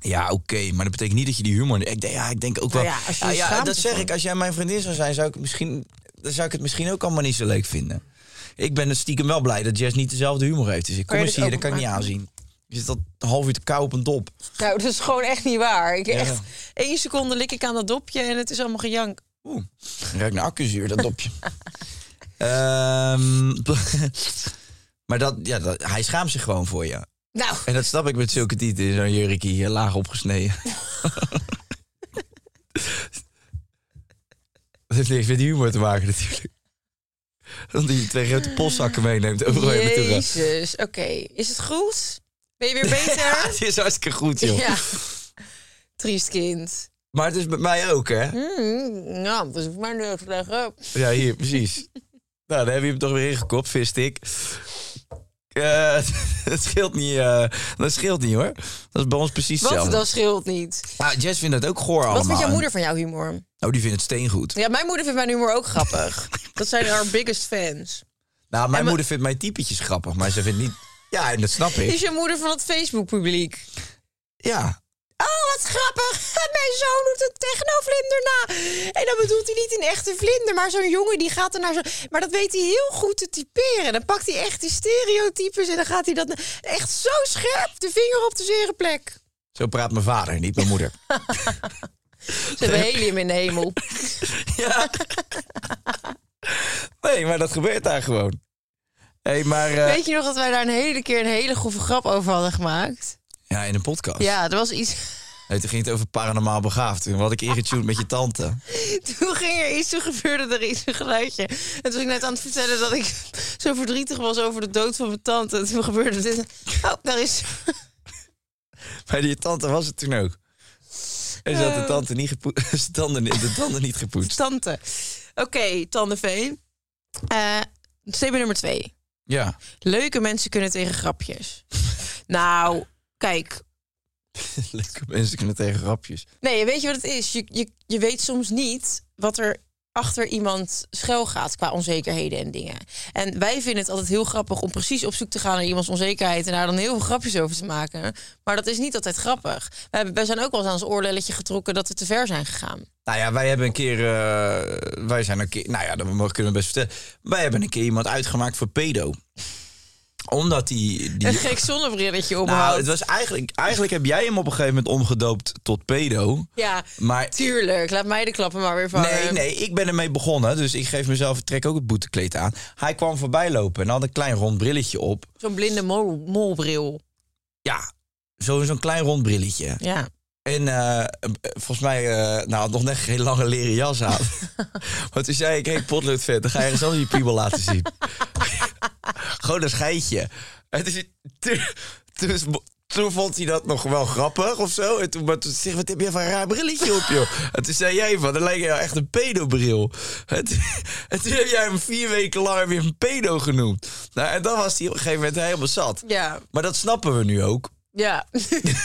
Ja,
oké, maar dat betekent niet dat je die humor... Ik, denk- ja, ik denk ook wel...
Nou ja, als je je schaamt
dat zeg
ervoor.
ik, als jij mijn vriendin zou zijn, zou ik, het misschien, dan zou ik het misschien ook allemaal niet zo leuk vinden. Ik ben stiekem wel blij dat Jess niet dezelfde humor heeft. Dus ik
Kan
kom
je
eens
dit
hier,
ook
dat kan ik niet
maken?
aanzien. Je zit al een half uur te kou op een dop.
nou, dat is gewoon echt niet waar. Ik
Ja.
echt, één seconde lik ik aan dat dopje en het is allemaal gejank.
Oeh, ruikt naar accuzuur, dat dopje. Ehm, maar dat, ja, dat, hij schaamt zich gewoon voor je.
Nou,
En dat snap ik met zulke tieten in zo'n jurkje, hier, laag opgesneden. dat heeft niks met humor te maken natuurlijk. Omdat je twee grote postzakken meeneemt overal je naartoe. gaat.
jezus. Oké, is het goed? Ben je weer
Ja,
beter?
het Ah, is hartstikke goed, joh.
ja. Triest kind.
Maar het is bij mij ook, hè?
Mm, nou, dat is maar leuk zeggen.
Ja, hier, precies. nou, dan heb je hem toch weer ingekopt, vist ik. Eh, dat scheelt niet, eh, dat scheelt niet hoor. Dat is bij ons precies
Wat,
hetzelfde.
dat scheelt niet.
Ah, Jess vindt dat ook goor allemaal.
Wat vindt jouw
En-
moeder van jouw humor?
Oh, die vindt het steengoed.
Ja, mijn moeder vindt mijn humor ook grappig. dat zijn haar biggest fans.
Nou,
En
mijn
ma-
moeder vindt mijn typetjes grappig, maar ze vindt niet... Ja, en dat snap
Is
ik.
je moeder van het Facebook-publiek?
Ja.
Oh, wat grappig. Mijn zoon doet een technovlinder na. En dan bedoelt hij niet een echte vlinder, maar zo'n jongen die gaat er naar zo. Maar dat weet hij heel goed te typeren. Dan pakt hij echt die stereotypes en dan gaat hij dat na- echt zo scherp de vinger op de zere plek.
Zo praat mijn vader, niet mijn moeder.
Ze hebben helium in de hemel.
ja. Nee, maar dat gebeurt daar gewoon. Hé, hey, maar... eh,
Weet je nog dat wij daar een hele keer een hele grove grap over hadden gemaakt?
Ja, in een podcast.
Ja, er was iets.
Nee, toen ging het over paranormaal begaafd. Toen had ik ingetuned met je tante.
Toen ging er iets, toen gebeurde er iets, een geluidje. En toen was ik net aan het vertellen dat ik zo verdrietig was over de dood van mijn tante. En toen gebeurde dit. Oh, daar is...
Bij die tante was het toen ook. En ze had
Eh.
de tante niet gepoetst. De tanden, de tanden niet gepoetst.
Tante. Oké, tandenveen. Eh statement nummer twee.
Ja.
Leuke mensen kunnen tegen grapjes. Nou, kijk.
Leuke mensen kunnen tegen grapjes.
Nee, weet je wat het is? Je, je, je weet soms niet wat er achter iemand schuil gaat qua onzekerheden en dingen. En wij vinden het altijd heel grappig om precies op zoek te gaan naar iemands onzekerheid en daar dan heel veel grapjes over te maken. Maar dat is niet altijd grappig. We, hebben, we zijn ook wel eens aan ons oorlelletje getrokken dat we te ver zijn gegaan.
Nou ja, wij hebben een keer. eh, wij zijn een keer. Nou ja, dat mogen kunnen we best vertellen. Wij hebben een keer iemand uitgemaakt voor pedo. Omdat die. die
Een gek zonnebrilletje
nou,
omhoog.
het was eigenlijk. Eigenlijk heb jij hem op een gegeven moment omgedoopt tot pedo.
ja,
Maar
tuurlijk. Laat mij de klappen maar weer vangen.
Nee, nee, ik ben ermee begonnen. Dus ik geef mezelf, trek ook het boetekleed aan. Hij kwam voorbij lopen en had een klein rond brilletje op.
Zo'n blinde mol, molbril.
Ja, zo- zo'n klein rond brilletje.
Ja.
En eh, eh, volgens mij, eh, nou, had nog net geen lange leren jas aan. maar toen zei ik, hey, potloodvet, dan ga je ergens anders je piemel laten zien. Gewoon een schijntje. En toen, toen, toen- toen vond hij dat nog wel grappig of zo. En toen, maar toen zei hij, wat heb jij van een raar brilletje op, joh? En toen zei jij van, dat lijkt jou echt een pedobril. En toen, en toen heb jij hem vier weken lang weer een pedo genoemd. Nou, en dan was hij op een gegeven moment helemaal zat.
Ja.
Maar dat snappen we nu ook
Ja.
Ah,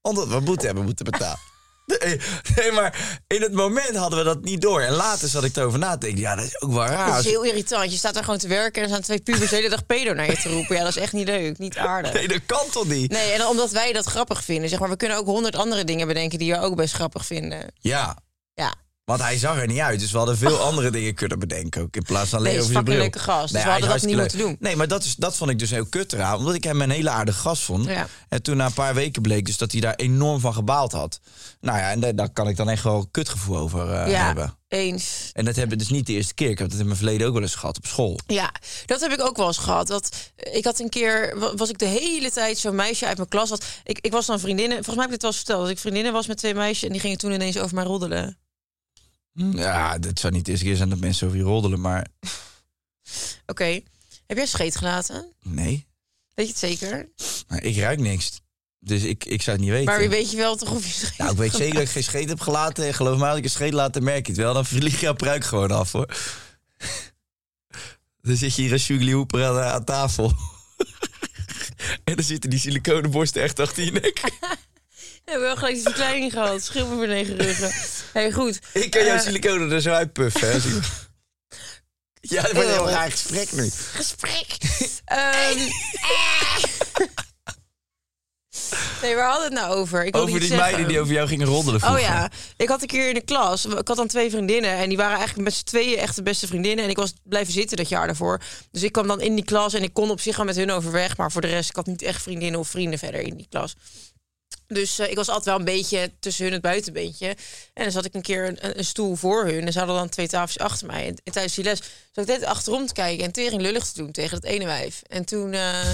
omdat we boete hebben moeten betalen. Nee, nee, maar in het moment hadden we dat niet door. En later zat ik erover na te denken. Ja, dat is ook wel raar.
Dat is heel irritant. Je staat daar gewoon te werken en er staan twee pubers de hele dag pedo naar je te roepen. Ja, dat is echt niet leuk, niet aardig.
Nee, dat kan toch niet?
Nee, en dan omdat wij dat grappig vinden. Zeg maar, we kunnen ook honderd andere dingen bedenken die we ook best grappig vinden.
Ja,
Ja.
want hij zag er niet uit. Dus we hadden veel andere dingen kunnen bedenken. Ook in plaats van alleen
Nee,
over
is
zijn bril.
fucking leuke gast, dus
Nee,
we
hij is
hadden dat niet
hartstikke
moeten
leuk. Nee, maar dat, is, dat vond ik dus heel kut eraan. Omdat ik hem een hele aardige gast vond.
Ja.
En toen na een paar weken bleek dus dat hij daar enorm van gebaald had. Nou ja, en daar, daar kan ik dan echt wel kutgevoel over eh,
ja,
hebben.
eens.
En dat hebben dus niet de eerste keer. Ik heb dat in mijn verleden ook wel eens gehad op school.
Ja, dat heb ik ook wel eens gehad. Dat, eh, ik had een keer, wa- was ik de hele tijd zo'n meisje uit mijn klas. Wat, ik, ik was dan vriendinnen, volgens mij heb ik dit wel eens verteld. Dat ik vriendinnen was met twee meisjes en die gingen toen ineens over mij roddelen. Hm?
Ja, dat zou niet de eerste keer zijn dat mensen over je roddelen, maar
Oké, heb jij scheet gelaten?
nee.
Weet je het zeker?
Maar ik ruik niks. Dus ik, ik zou het niet weten.
Maar wie weet je wel toch of je scheet
Nou, ik weet zeker dat ik geen scheet heb gelaten. En geloof me, als ik een scheet laat, dan merk je het wel. Dan vlieg jouw pruik gewoon af, hoor. Dan zit je hier als Sugli Hooper aan, aan tafel. en dan zitten die siliconen borsten echt achter je nek.
We hebben wel gelijk de verkleining gehad. Schil me voor negen ruggen. hey, goed.
ik kan jouw
Eh,
siliconen er zo uitpuffen. hè, zie je. ja, dat wordt een heel raar gesprek nu.
Gesprek. Ehm, eh. nee, waar hadden we het nou over? Ik wilde
Over
iets
die meiden
zeggen.
die over jou gingen roddelen
Oh
vroeger.
ja, ik had een keer in de klas, ik had dan twee vriendinnen en die waren eigenlijk met z'n tweeën echt de beste vriendinnen. En ik was blijven zitten dat jaar daarvoor. Dus ik kwam dan in die klas en ik kon op zich gaan met hun overweg, maar voor de rest, ik had niet echt vriendinnen of vrienden verder in die klas. Dus eh, ik was altijd wel een beetje tussen hun het buitenbeentje. En dan zat ik een keer een, een- een stoel voor hun. En ze hadden dan twee tafeltjes achter mij. En, en tijdens die les zat ik net achterom te kijken en tering lullig te doen tegen dat ene wijf. En toen... eh,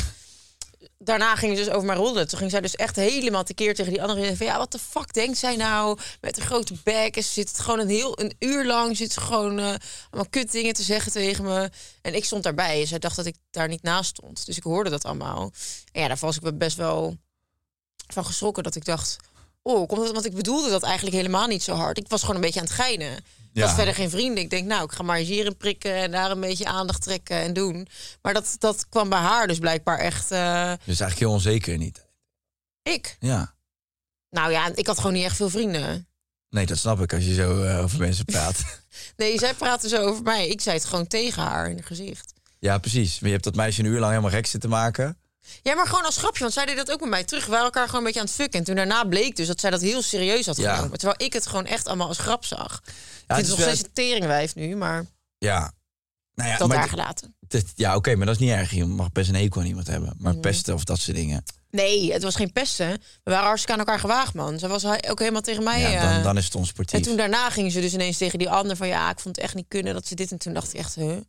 daarna gingen ze dus over mij rollen. Toen ging zij dus echt helemaal tekeer tegen die andere. Van, ja, wat de fuck denkt zij nou? Met een grote bek. En ze zit het gewoon een heel een uur lang. Zit ze gewoon eh, allemaal kut dingen te zeggen tegen me. En ik stond daarbij. En zij dacht dat ik daar niet naast stond. Dus ik hoorde dat allemaal. En ja, daar was ik wel best wel van geschrokken. Dat ik dacht, oh, komt dat? Want ik bedoelde dat eigenlijk helemaal niet zo hard. Ik was gewoon een beetje aan het geinen. Ik
Ja.
was verder geen vrienden. Ik denk, nou, ik ga maar eens hierin prikken en daar een beetje aandacht trekken en doen. Maar dat, dat kwam bij haar dus blijkbaar echt... eh,
Dus eigenlijk heel onzeker niet.
ik.
Ja.
Nou ja, ik had gewoon niet echt veel vrienden.
Nee, dat snap ik als je zo eh, over mensen praat.
Nee, zij praten zo over mij. Ik zei het gewoon tegen haar in het gezicht.
ja, precies. Maar je hebt dat meisje een uur lang helemaal gek zitten maken.
Ja, maar gewoon als grapje, want zij deed dat ook met mij terug. We waren elkaar gewoon een beetje aan het fucken. En toen daarna bleek dus dat zij dat heel serieus had
Ja.
genomen. Terwijl ik het gewoon echt allemaal als grap zag.
Ja,
ik vind het
is
nog
wel-
steeds een teringwijf nu, maar
Ja. Nou ja,
dat
maar
daar
d-
gelaten.
dit- ja, oké, maar dat is niet erg. Je mag best een hekel aan iemand hebben. Maar
Mhm.
pesten of dat soort dingen.
Nee, het was geen pesten. We waren hartstikke aan elkaar gewaagd, man. Zij was he- ook helemaal tegen mij.
ja, dan,
eh.
dan is het
En
onsportief.
toen daarna ging ze dus ineens tegen die ander van... ja, ik vond het echt niet kunnen dat ze dit... en toen dacht ik echt, huh?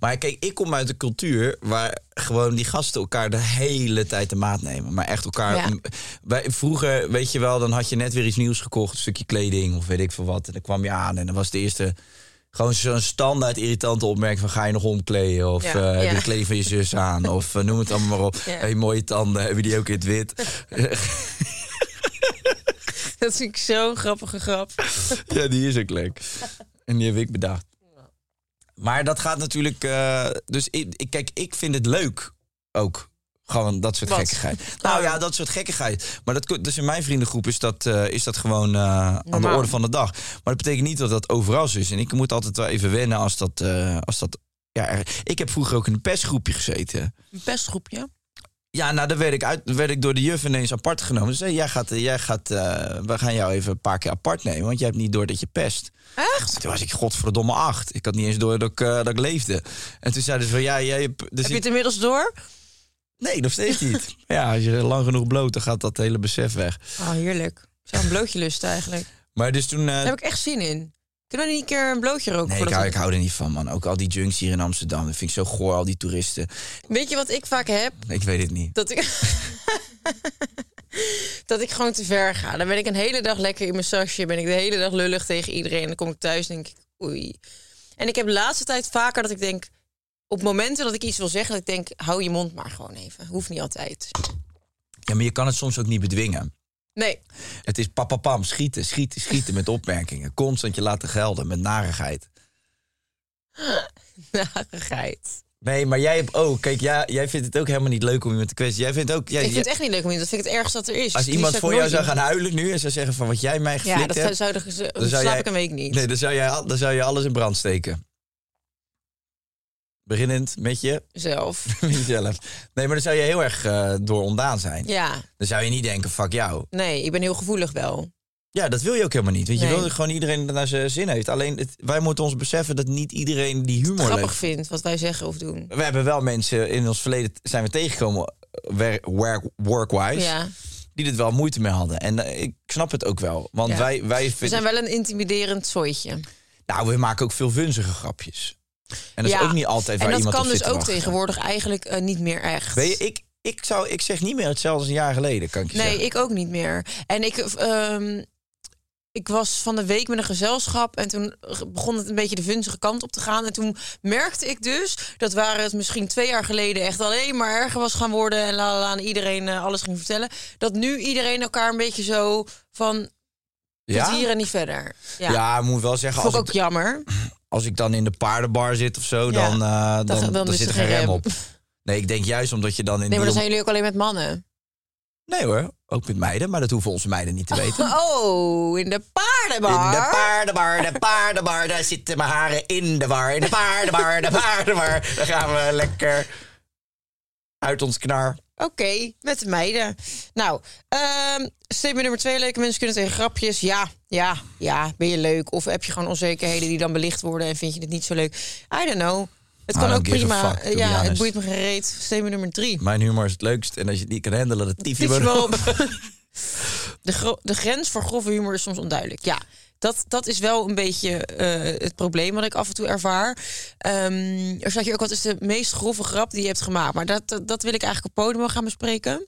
Maar kijk, ik kom uit een cultuur waar gewoon die gasten elkaar de hele tijd de maat nemen. Maar echt elkaar.
Ja.
Wij, vroeger, weet je wel, dan had je net weer iets nieuws gekocht. Een stukje kleding of weet ik veel wat. En dan kwam je aan en dan was de eerste. Gewoon zo'n standaard irritante opmerking van ga je nog omkleden? Of
Ja,
eh, heb je
ja.
de kleding van je zus aan? Of eh, noem het allemaal maar op.
Ja.
hey, mooie tanden, hebben die ook in het wit?
Dat vind ik zo'n grappige grap.
ja, die is ook leuk. En die heb ik bedacht. Maar dat gaat natuurlijk. eh, dus ik, ik- kijk, ik vind het leuk ook. Gewoon dat soort
Wat?
gekkigheid. Nou ja, dat soort gekkigheid. Maar dat, ko- dus in mijn vriendengroep is dat, eh, is dat gewoon eh, aan de
Normaal.
orde van de dag. Maar dat betekent niet dat dat overal zo is. En ik moet altijd wel even wennen als dat... eh, als dat ja, er- ik heb vroeger ook in een pestgroepje gezeten.
Een pestgroepje.
Ja, nou, dan werd ik, uit, dan werd ik door de juf ineens apart genomen. Ze zei, jij gaat, eh, jij gaat, eh, we gaan jou even een paar keer apart nemen, want jij hebt niet door dat je pest.
Echt?
Toen was ik godverdomme acht. Ik had niet eens door dat ik, eh, dat ik leefde. En toen zeiden ze van, ja, jij... hebt- Dus
Heb je
ik-
het inmiddels door?
Nee, nog steeds niet. ja, als je lang genoeg bloot, dan gaat dat hele besef weg.
Oh, heerlijk. Ik zou een blootje lusten eigenlijk.
Maar dus toen... eh,
Daar heb ik echt zin in. Kunnen we niet een keer een blootje roken?
Nee, ik
voordat
hou,
we-
ik hou er niet van, man. Ook al die junks hier in Amsterdam. Dat vind ik zo goor, al die toeristen.
Weet je wat ik vaak heb?
Ik weet het niet.
Dat ik... dat ik gewoon te ver ga. Dan ben ik een hele dag lekker in mijn sasje. Ben ik de hele dag lullig tegen iedereen. En dan kom ik thuis en denk ik, oei. En ik heb de laatste tijd vaker dat ik denk... Op momenten dat ik iets wil zeggen, dat ik denk... Hou je mond maar gewoon even. Hoeft niet altijd.
Ja, maar je kan het soms ook niet bedwingen.
Nee,
Het is papapam, schieten, schieten, schieten met opmerkingen. Constant je laten gelden met narigheid.
narigheid.
Nee, maar jij hebt ook... Kijk, jij, jij vindt het ook helemaal niet leuk om iemand te kwetsen. Jij vindt ook... Jij,
Ik vind
jij-
het echt niet leuk om Dat vind ik het ergst dat er is.
als
Het
iemand
liefst
voor
ik
jou
nooit
zou gaan
iemand-
huilen nu... en zou zeggen van wat jij mij geflikt
Ja, dat zou,
hebt...
zou, dan gez-
dan
slaap
zou jij-
ik een week niet.
Nee, dan zou, jij, al- dan zou je alles in brand steken. Beginnend met, je,
Zelf.
met jezelf. Nee, maar dan zou je heel erg eh, door ontdaan zijn.
Ja,
Dan zou je niet denken, fuck jou.
nee, ik ben heel gevoelig wel.
Ja, dat wil je ook helemaal niet. Want je
Nee.
wil dat gewoon iedereen naar zijn zin heeft. Alleen het- wij moeten ons beseffen dat niet iedereen die humor
Grappig
heeft.
vindt wat wij zeggen of doen.
We hebben wel mensen in ons verleden zijn we tegengekomen eh, wer- wer- workwise
Ja.
die dit wel moeite mee hadden. En eh, ik snap het ook wel, want
Ja.
wij wij
We
vinden,
zijn wel een intimiderend zooitje.
nou we maken ook veel vunzige grapjes. En dat
ja.
is ook niet altijd waar
En dat
iemand
kan
op
dus
zit te
ook
wachten.
tegenwoordig eigenlijk eh, niet meer echt.
Weet je, ik, ik, zou, ik zeg niet meer hetzelfde als een jaar geleden, kan ik je
nee,
zeggen.
ik ook niet meer. En ik, ehm, ik was van de week met een gezelschap en toen begon het een beetje de vunzige kant op te gaan. En toen merkte ik dus dat waar het misschien twee jaar geleden echt alleen maar erger was gaan worden en la la la, en iedereen eh, alles ging vertellen, dat nu iedereen elkaar een beetje zo van tot Dus hier en niet verder. Ja,
Ja, ik moet wel zeggen,
vond
als
ik
ik,
ook jammer.
als ik dan in de paardenbar zit of zo,
Ja.
dan, eh, dan,
dan
dan,
is
zit er geen rem op. Nee, ik denk juist omdat je dan in
Nee, maar
die
dan zijn jullie ook alleen met mannen.
Nee hoor, ook met meiden, maar dat hoeven onze meiden niet te weten.
Oh, in de paardenbar.
In de paardenbar, de paardenbar, daar zitten mijn haren in de war. In de paardenbar, de paardenbar, daar gaan we lekker uit ons knar.
Oké, met de meiden. Nou, ehm statement nummer twee. Leuke mensen kunnen tegen grapjes. Ja, ja, ja. Ben je leuk? Of heb je gewoon onzekerheden die dan belicht worden... en vind je het niet zo leuk? I don't know. Het
I
kan
don't
ook
give
prima.
a fuck, to be
ja, het
honest.
boeit me gereed. Statement nummer drie.
Mijn humor is het leukst en als je het niet kan handelen, dat tief je
Tief je
maar
maar
op.
op. De, gro- de grens voor grove humor is soms onduidelijk. Ja, dat, dat is wel een beetje eh, het probleem wat ik af en toe ervaar. Ehm, er staat hier ook wat is de meest grove grap die je hebt gemaakt. Maar dat, dat, dat wil ik eigenlijk op podium gaan bespreken.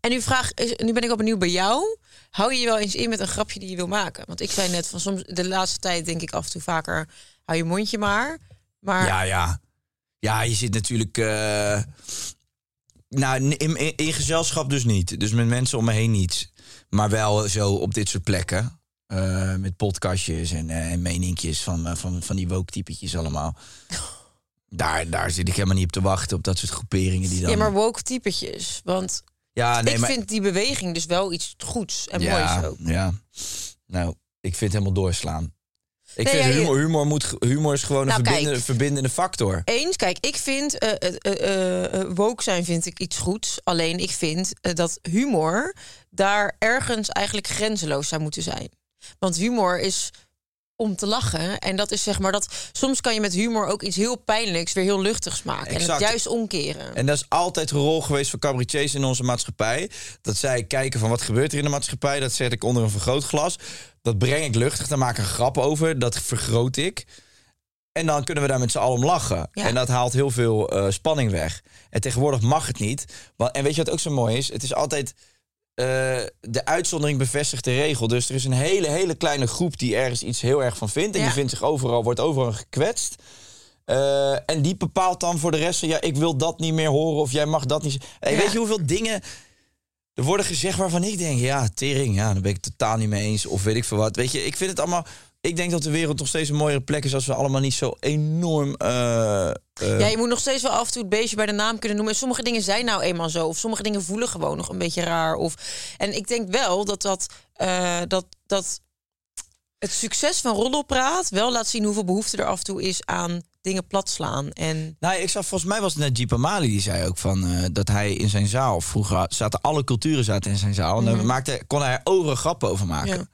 En nu, vraag, is- nu ben ik wel benieuwd bij jou. Hou je je wel eens in met een grapje die je wil maken? Want ik zei net van soms de laatste tijd denk ik af en toe vaker... hou je mondje maar. Maar
Ja, ja. Ja, je zit natuurlijk... eh, nou, in, in, in gezelschap dus niet. Dus met mensen om me heen niet. Maar wel zo op dit soort plekken. Eh, met podcastjes en, eh, en meninkjes van, eh, van, van die woke-typetjes allemaal. Daar, daar zit ik helemaal niet op te wachten, op dat soort groeperingen die dan...
ja, maar woke typetjes. Want
Ja, nee,
ik
maar...
vind die beweging dus wel iets goeds en
ja,
moois ook.
Ja, nou, ik vind het helemaal doorslaan. Ik
Nee,
vind
ja, je-
humor, humor, moet, ge- humor is gewoon een
Nou,
verbindende,
kijk.
verbindende factor.
Eens, kijk, ik vind eh, eh, eh, eh, woke zijn vind ik iets goeds. Alleen ik vind eh, dat humor daar ergens eigenlijk grenzeloos zou moeten zijn. Want humor is om te lachen. En dat is zeg maar dat soms kan je met humor ook iets heel pijnlijks weer heel luchtigs maken. En
Exact.
het juist omkeren.
En dat is altijd een rol geweest voor cabaretiers in onze maatschappij. Dat zij kijken van wat gebeurt er in de maatschappij. Dat zet ik onder een vergrootglas. Dat breng ik luchtig. Daar maak ik een grap over. Dat vergroot ik. En dan kunnen we daar met z'n allen om lachen.
Ja.
En dat haalt heel veel eh, spanning weg. En tegenwoordig mag het niet. Want, en weet je wat ook zo mooi is? Het is altijd eh, de uitzondering bevestigt de regel. Dus er is een hele, hele kleine groep die ergens iets heel erg van vindt. En
Ja.
die vindt zich overal, wordt overal gekwetst. Eh, en die bepaalt dan voor de rest van ja, ik wil dat niet meer horen of jij mag dat niet. z- Hey,
Ja.
Weet je hoeveel dingen er worden gezegd waarvan ik denk, ja, tering, ja, daar ben ik het totaal niet mee eens of weet ik veel wat. Weet je, ik vind het allemaal. ik denk dat de wereld nog steeds een mooiere plek is als we allemaal niet zo enorm. eh, eh,
Ja, je moet nog steeds wel af en toe het beestje bij de naam kunnen noemen. En sommige dingen zijn nou eenmaal zo. Of sommige dingen voelen gewoon nog een beetje raar. Of... En ik denk wel dat dat, eh, dat, dat het succes van roddelpraat wel laat zien hoeveel behoefte er af en toe is aan dingen plat slaan. En
Nou, ik zag volgens mij was het net Jeep Amali die zei ook van eh, dat hij in zijn zaal vroeger had- zaten alle culturen zaten in zijn zaal en daar maakte, kon hij er oren grappen over maken.
Mhm. Ja.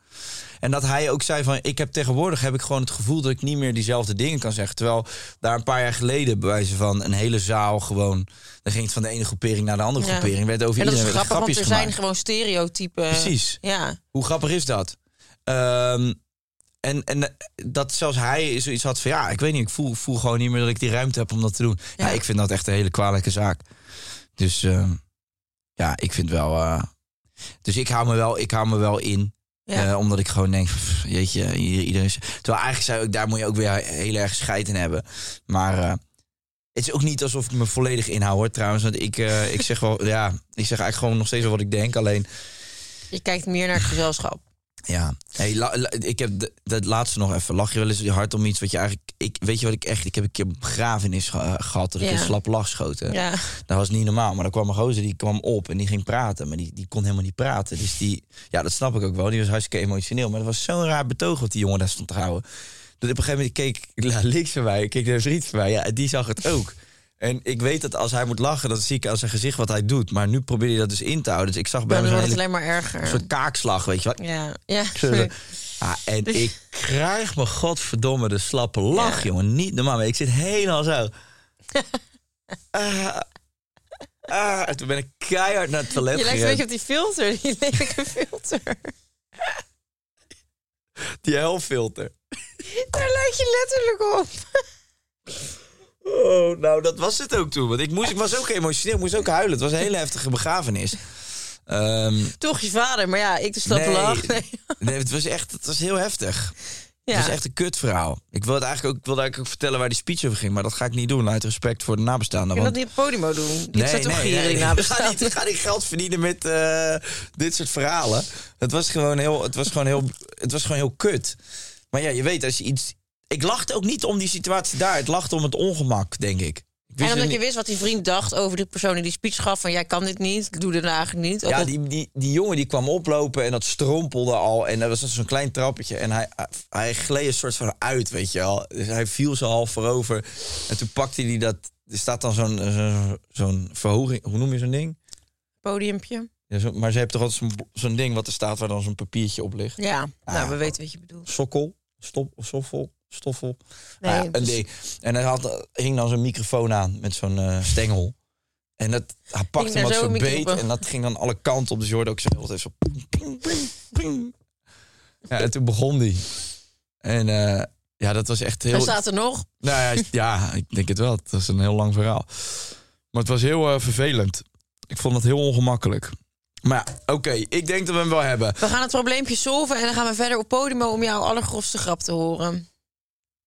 En dat hij ook zei van ik heb tegenwoordig heb ik gewoon het gevoel dat ik niet meer diezelfde dingen kan zeggen, terwijl daar een paar jaar geleden bij wijze van een hele zaal gewoon dan ging het van de ene groepering naar de andere
Ja.
groepering, werd over
en dat is
iedereen
grappig, want
werd grapjes
er
gemaakt.
zijn gewoon stereotypen.
Precies.
Ja.
Hoe grappig is dat? Ehm, en, en eh, dat zelfs hij zoiets had van ja, ik weet niet, ik voel, voel gewoon niet meer dat ik die ruimte heb om dat te doen. Ja,
Ja.
ik vind dat echt een hele kwalijke zaak. Dus ehm, ja, ik vind wel. eh, dus ik hou me wel, ik hou me wel in.
Ja.
Eh, omdat ik gewoon denk, pff, jeetje, i- iedereen is... Terwijl eigenlijk zou ik, daar moet je ook weer heel erg scheid in hebben. Maar eh, het is ook niet alsof ik me volledig inhoud hoor trouwens. Want ik, eh, ik zeg wel, ja, ik zeg eigenlijk gewoon nog steeds wel wat ik denk. Alleen
Je kijkt meer naar het gezelschap.
ja, hey, la- la- ik heb de- dat laatste nog even. Lach je wel eens je hart om iets wat je eigenlijk. Ik, weet je wat ik echt. Ik heb een keer een begrafenis ge- eh, gehad. Dat ik
Ja.
een slap lach schoten.
Ja.
Dat was niet normaal. Maar dan kwam een gozer die kwam op en die ging praten. Maar die, die kon helemaal niet praten. Dus die. Ja, dat snap ik ook wel. Die was hartstikke emotioneel. Maar dat was zo'n raar betoog wat die jongen daar stond te houden. Dat op een gegeven moment keek ik naar links van mij. Keek naar vriend van mij. Ja, en die zag het ook. En ik weet dat als hij moet lachen, dan zie ik aan zijn gezicht wat hij doet. Maar nu probeer je dat dus in te houden. Dus ik zag bij
Dan
hem
wordt
zo'n
het
hele
alleen maar erger.
soort kaakslag, weet je wel.
Ja. Ja.
Ah, en ik krijg me godverdomme de slappe lach,
Dus- Ja.
jongen. Niet normaal, maar ik zit helemaal zo. Ah, ah. En toen ben ik keihard naar het toilet
Je lijkt een
gerend.
beetje op die filter, die lelijke filter.
Die helfilter.
Daar lijkt je letterlijk op.
Oh, nou, dat was het ook toen. Want ik, moest, ik was ook emotioneel, ik moest ook huilen. Het was een hele heftige begrafenis. Ehm,
Toch je vader, maar ja, ik de slappe
nee,
lach. Nee.
nee, het was echt het was heel heftig.
Ja.
Het was echt een kutverhaal. Ik wilde eigenlijk ook, ik wilde eigenlijk ook vertellen waar die speech over ging. Maar dat ga ik niet doen, uit respect voor de nabestaanden.
Je kan
want-
dat niet op het podium doen. Die staat toch gieren die
Ga
nabestaanden.
niet, ga niet geld verdienen met eh, dit soort verhalen. Het was gewoon heel, het was gewoon heel, het was gewoon heel kut. Maar ja, je weet als je iets. Ik lachte ook niet om die situatie daar. Het lachte om het ongemak, denk ik. ik
En
het
omdat je
niet-
wist wat die vriend dacht over die persoon die die speech gaf... van jij kan dit niet, ik doe dit eigenlijk niet. Ook
Ja,
al-
die, die, die jongen die kwam oplopen en dat strompelde al. En dat was zo'n klein trappetje. En hij, hij gleed een soort van uit, weet je wel. Dus hij viel zo half voorover. En toen pakte hij dat. Er staat dan zo'n zo'n zo'n verhoging. Hoe noem je zo'n ding?
podiumpje.
Ja, zo- maar ze hebben toch altijd zo'n, bo- zo'n ding wat er staat waar dan zo'n papiertje op ligt.
Ja, nou,
ja.
we weten wat je bedoelt.
Sokkel, stop, stoffel, stoffel.
Nee,
Nou ja, een
dus-
ding. En hij had, hing dan zo'n microfoon aan met zo'n eh, stengel. En dat, hij pakte hem
daar
wat
zo
zo'n
een
beet
microfoon.
en dat ging dan alle kanten op. Dus je hoorde ook zo heel even zo... ping, ping, ping, ping. Ja, en toen begon die. En eh, ja, dat was echt heel...
Hij staat er nog.
Nou ja, ja, ik denk het wel. Het was een heel lang verhaal. Maar het was heel eh, vervelend. Ik vond het heel ongemakkelijk. Maar ja, oké, ik denk dat we hem wel hebben.
We gaan het probleempje solven en dan gaan we verder op podium... om jouw allergrofste grap te horen.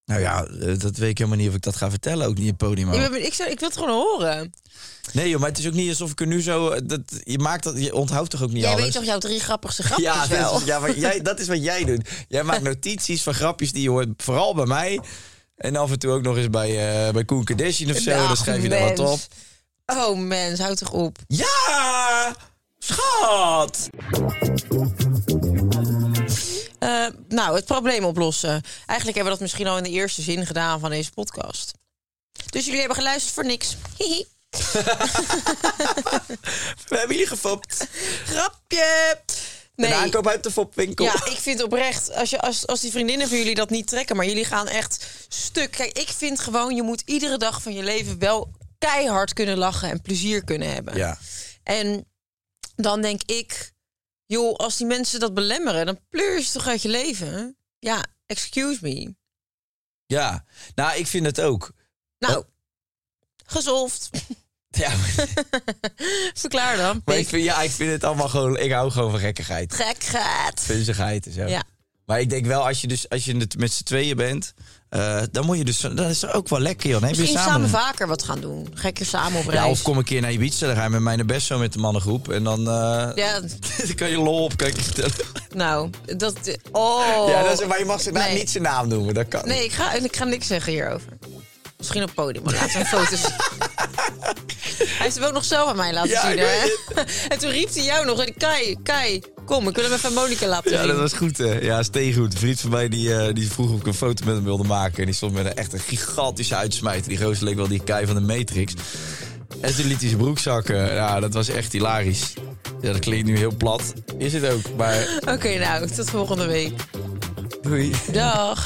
Nou ja, eh, dat weet ik helemaal niet of ik dat ga vertellen. Ook niet in het podium.
Ik, ben- ik, zou, ik wil het gewoon horen.
Nee joh, maar het is ook niet alsof ik er nu zo... eh, Dat, je, maakt dat, je onthoudt toch ook niet
jij
alles?
weet toch jouw drie grappigste grapjes
ja, dat
wel?
is, ja maar jij, dat is wat jij doet. Jij maakt notities van grapjes die je hoort. Vooral bij mij. En af en toe ook nog eens bij, eh, bij Koen Kardashian of zo. dan
Ach,
schrijf je daar wat op.
Nou, mens. Oh mens, houd toch op.
Ja! Schat!
Eh, nou, het probleem oplossen. Eigenlijk hebben we dat misschien al in de eerste zin gedaan van deze podcast. Dus jullie hebben geluisterd voor niks. Hihi.
We hebben jullie gefopt.
Grapje!
Een aankoop uit de fopwinkel.
Ja, ik vind oprecht, als, je, als, als die vriendinnen van jullie dat niet trekken, maar jullie gaan echt stuk. Kijk, ik vind gewoon, je moet iedere dag van je leven wel keihard kunnen lachen en plezier kunnen hebben.
Ja.
En dan denk ik, joh, als die mensen dat belemmeren, dan pleur je ze toch uit je leven? Ja, excuse me.
Ja. Nou, ik vind het ook.
Nou,
Oh.
gezolfd.
Ja, maar,
Verklaar dan.
maar ik, vind, ja, ik vind het allemaal gewoon... Ik hou gewoon van gekkigheid.
Gek gaat.
Punzigheid en zo.
Ja.
Maar ik denk wel, als je, dus, als je het met z'n tweeën bent, eh, dan moet je dus... Dat is ook wel lekker, joh. Dan heb je
Misschien
samen
samen
een-
vaker wat gaan doen. Ga ik er samen op reis.
Ja, of kom een keer naar Ibiza, dan ga je met mij naar Besso met de mannengroep. En dan, eh,
Ja,
dan kan je lol op, kan ik je vertellen.
nou, dat... Oh.
Ja, dat is, maar je mag zijn naam
Nee.
niet zijn naam noemen, dat kan.
Nee, ik ga, ik ga niks zeggen hierover. Misschien op het podium, maar laten we foto's zien. Hij heeft hem ook nog zelf aan mij laten
Ja,
zien.
ik
Hè? En toen riep hij jou nog. en Kai, Kai, kom, ik wil hem even aan Monika laten
Ja,
zien.
dat was goed. Hè. Ja, steengoed. Een vriend van mij die, eh, die vroeg of ik een foto met hem wilde maken. En die stond met een echt een gigantische uitsmijter. Die gozer leek wel die kei van de Matrix. En toen liet hij zijn broek zakken. Ja, dat was echt hilarisch. Ja, dat klinkt nu heel plat. Is het ook, maar
Oké, nou, tot volgende week.
doei.
Dag.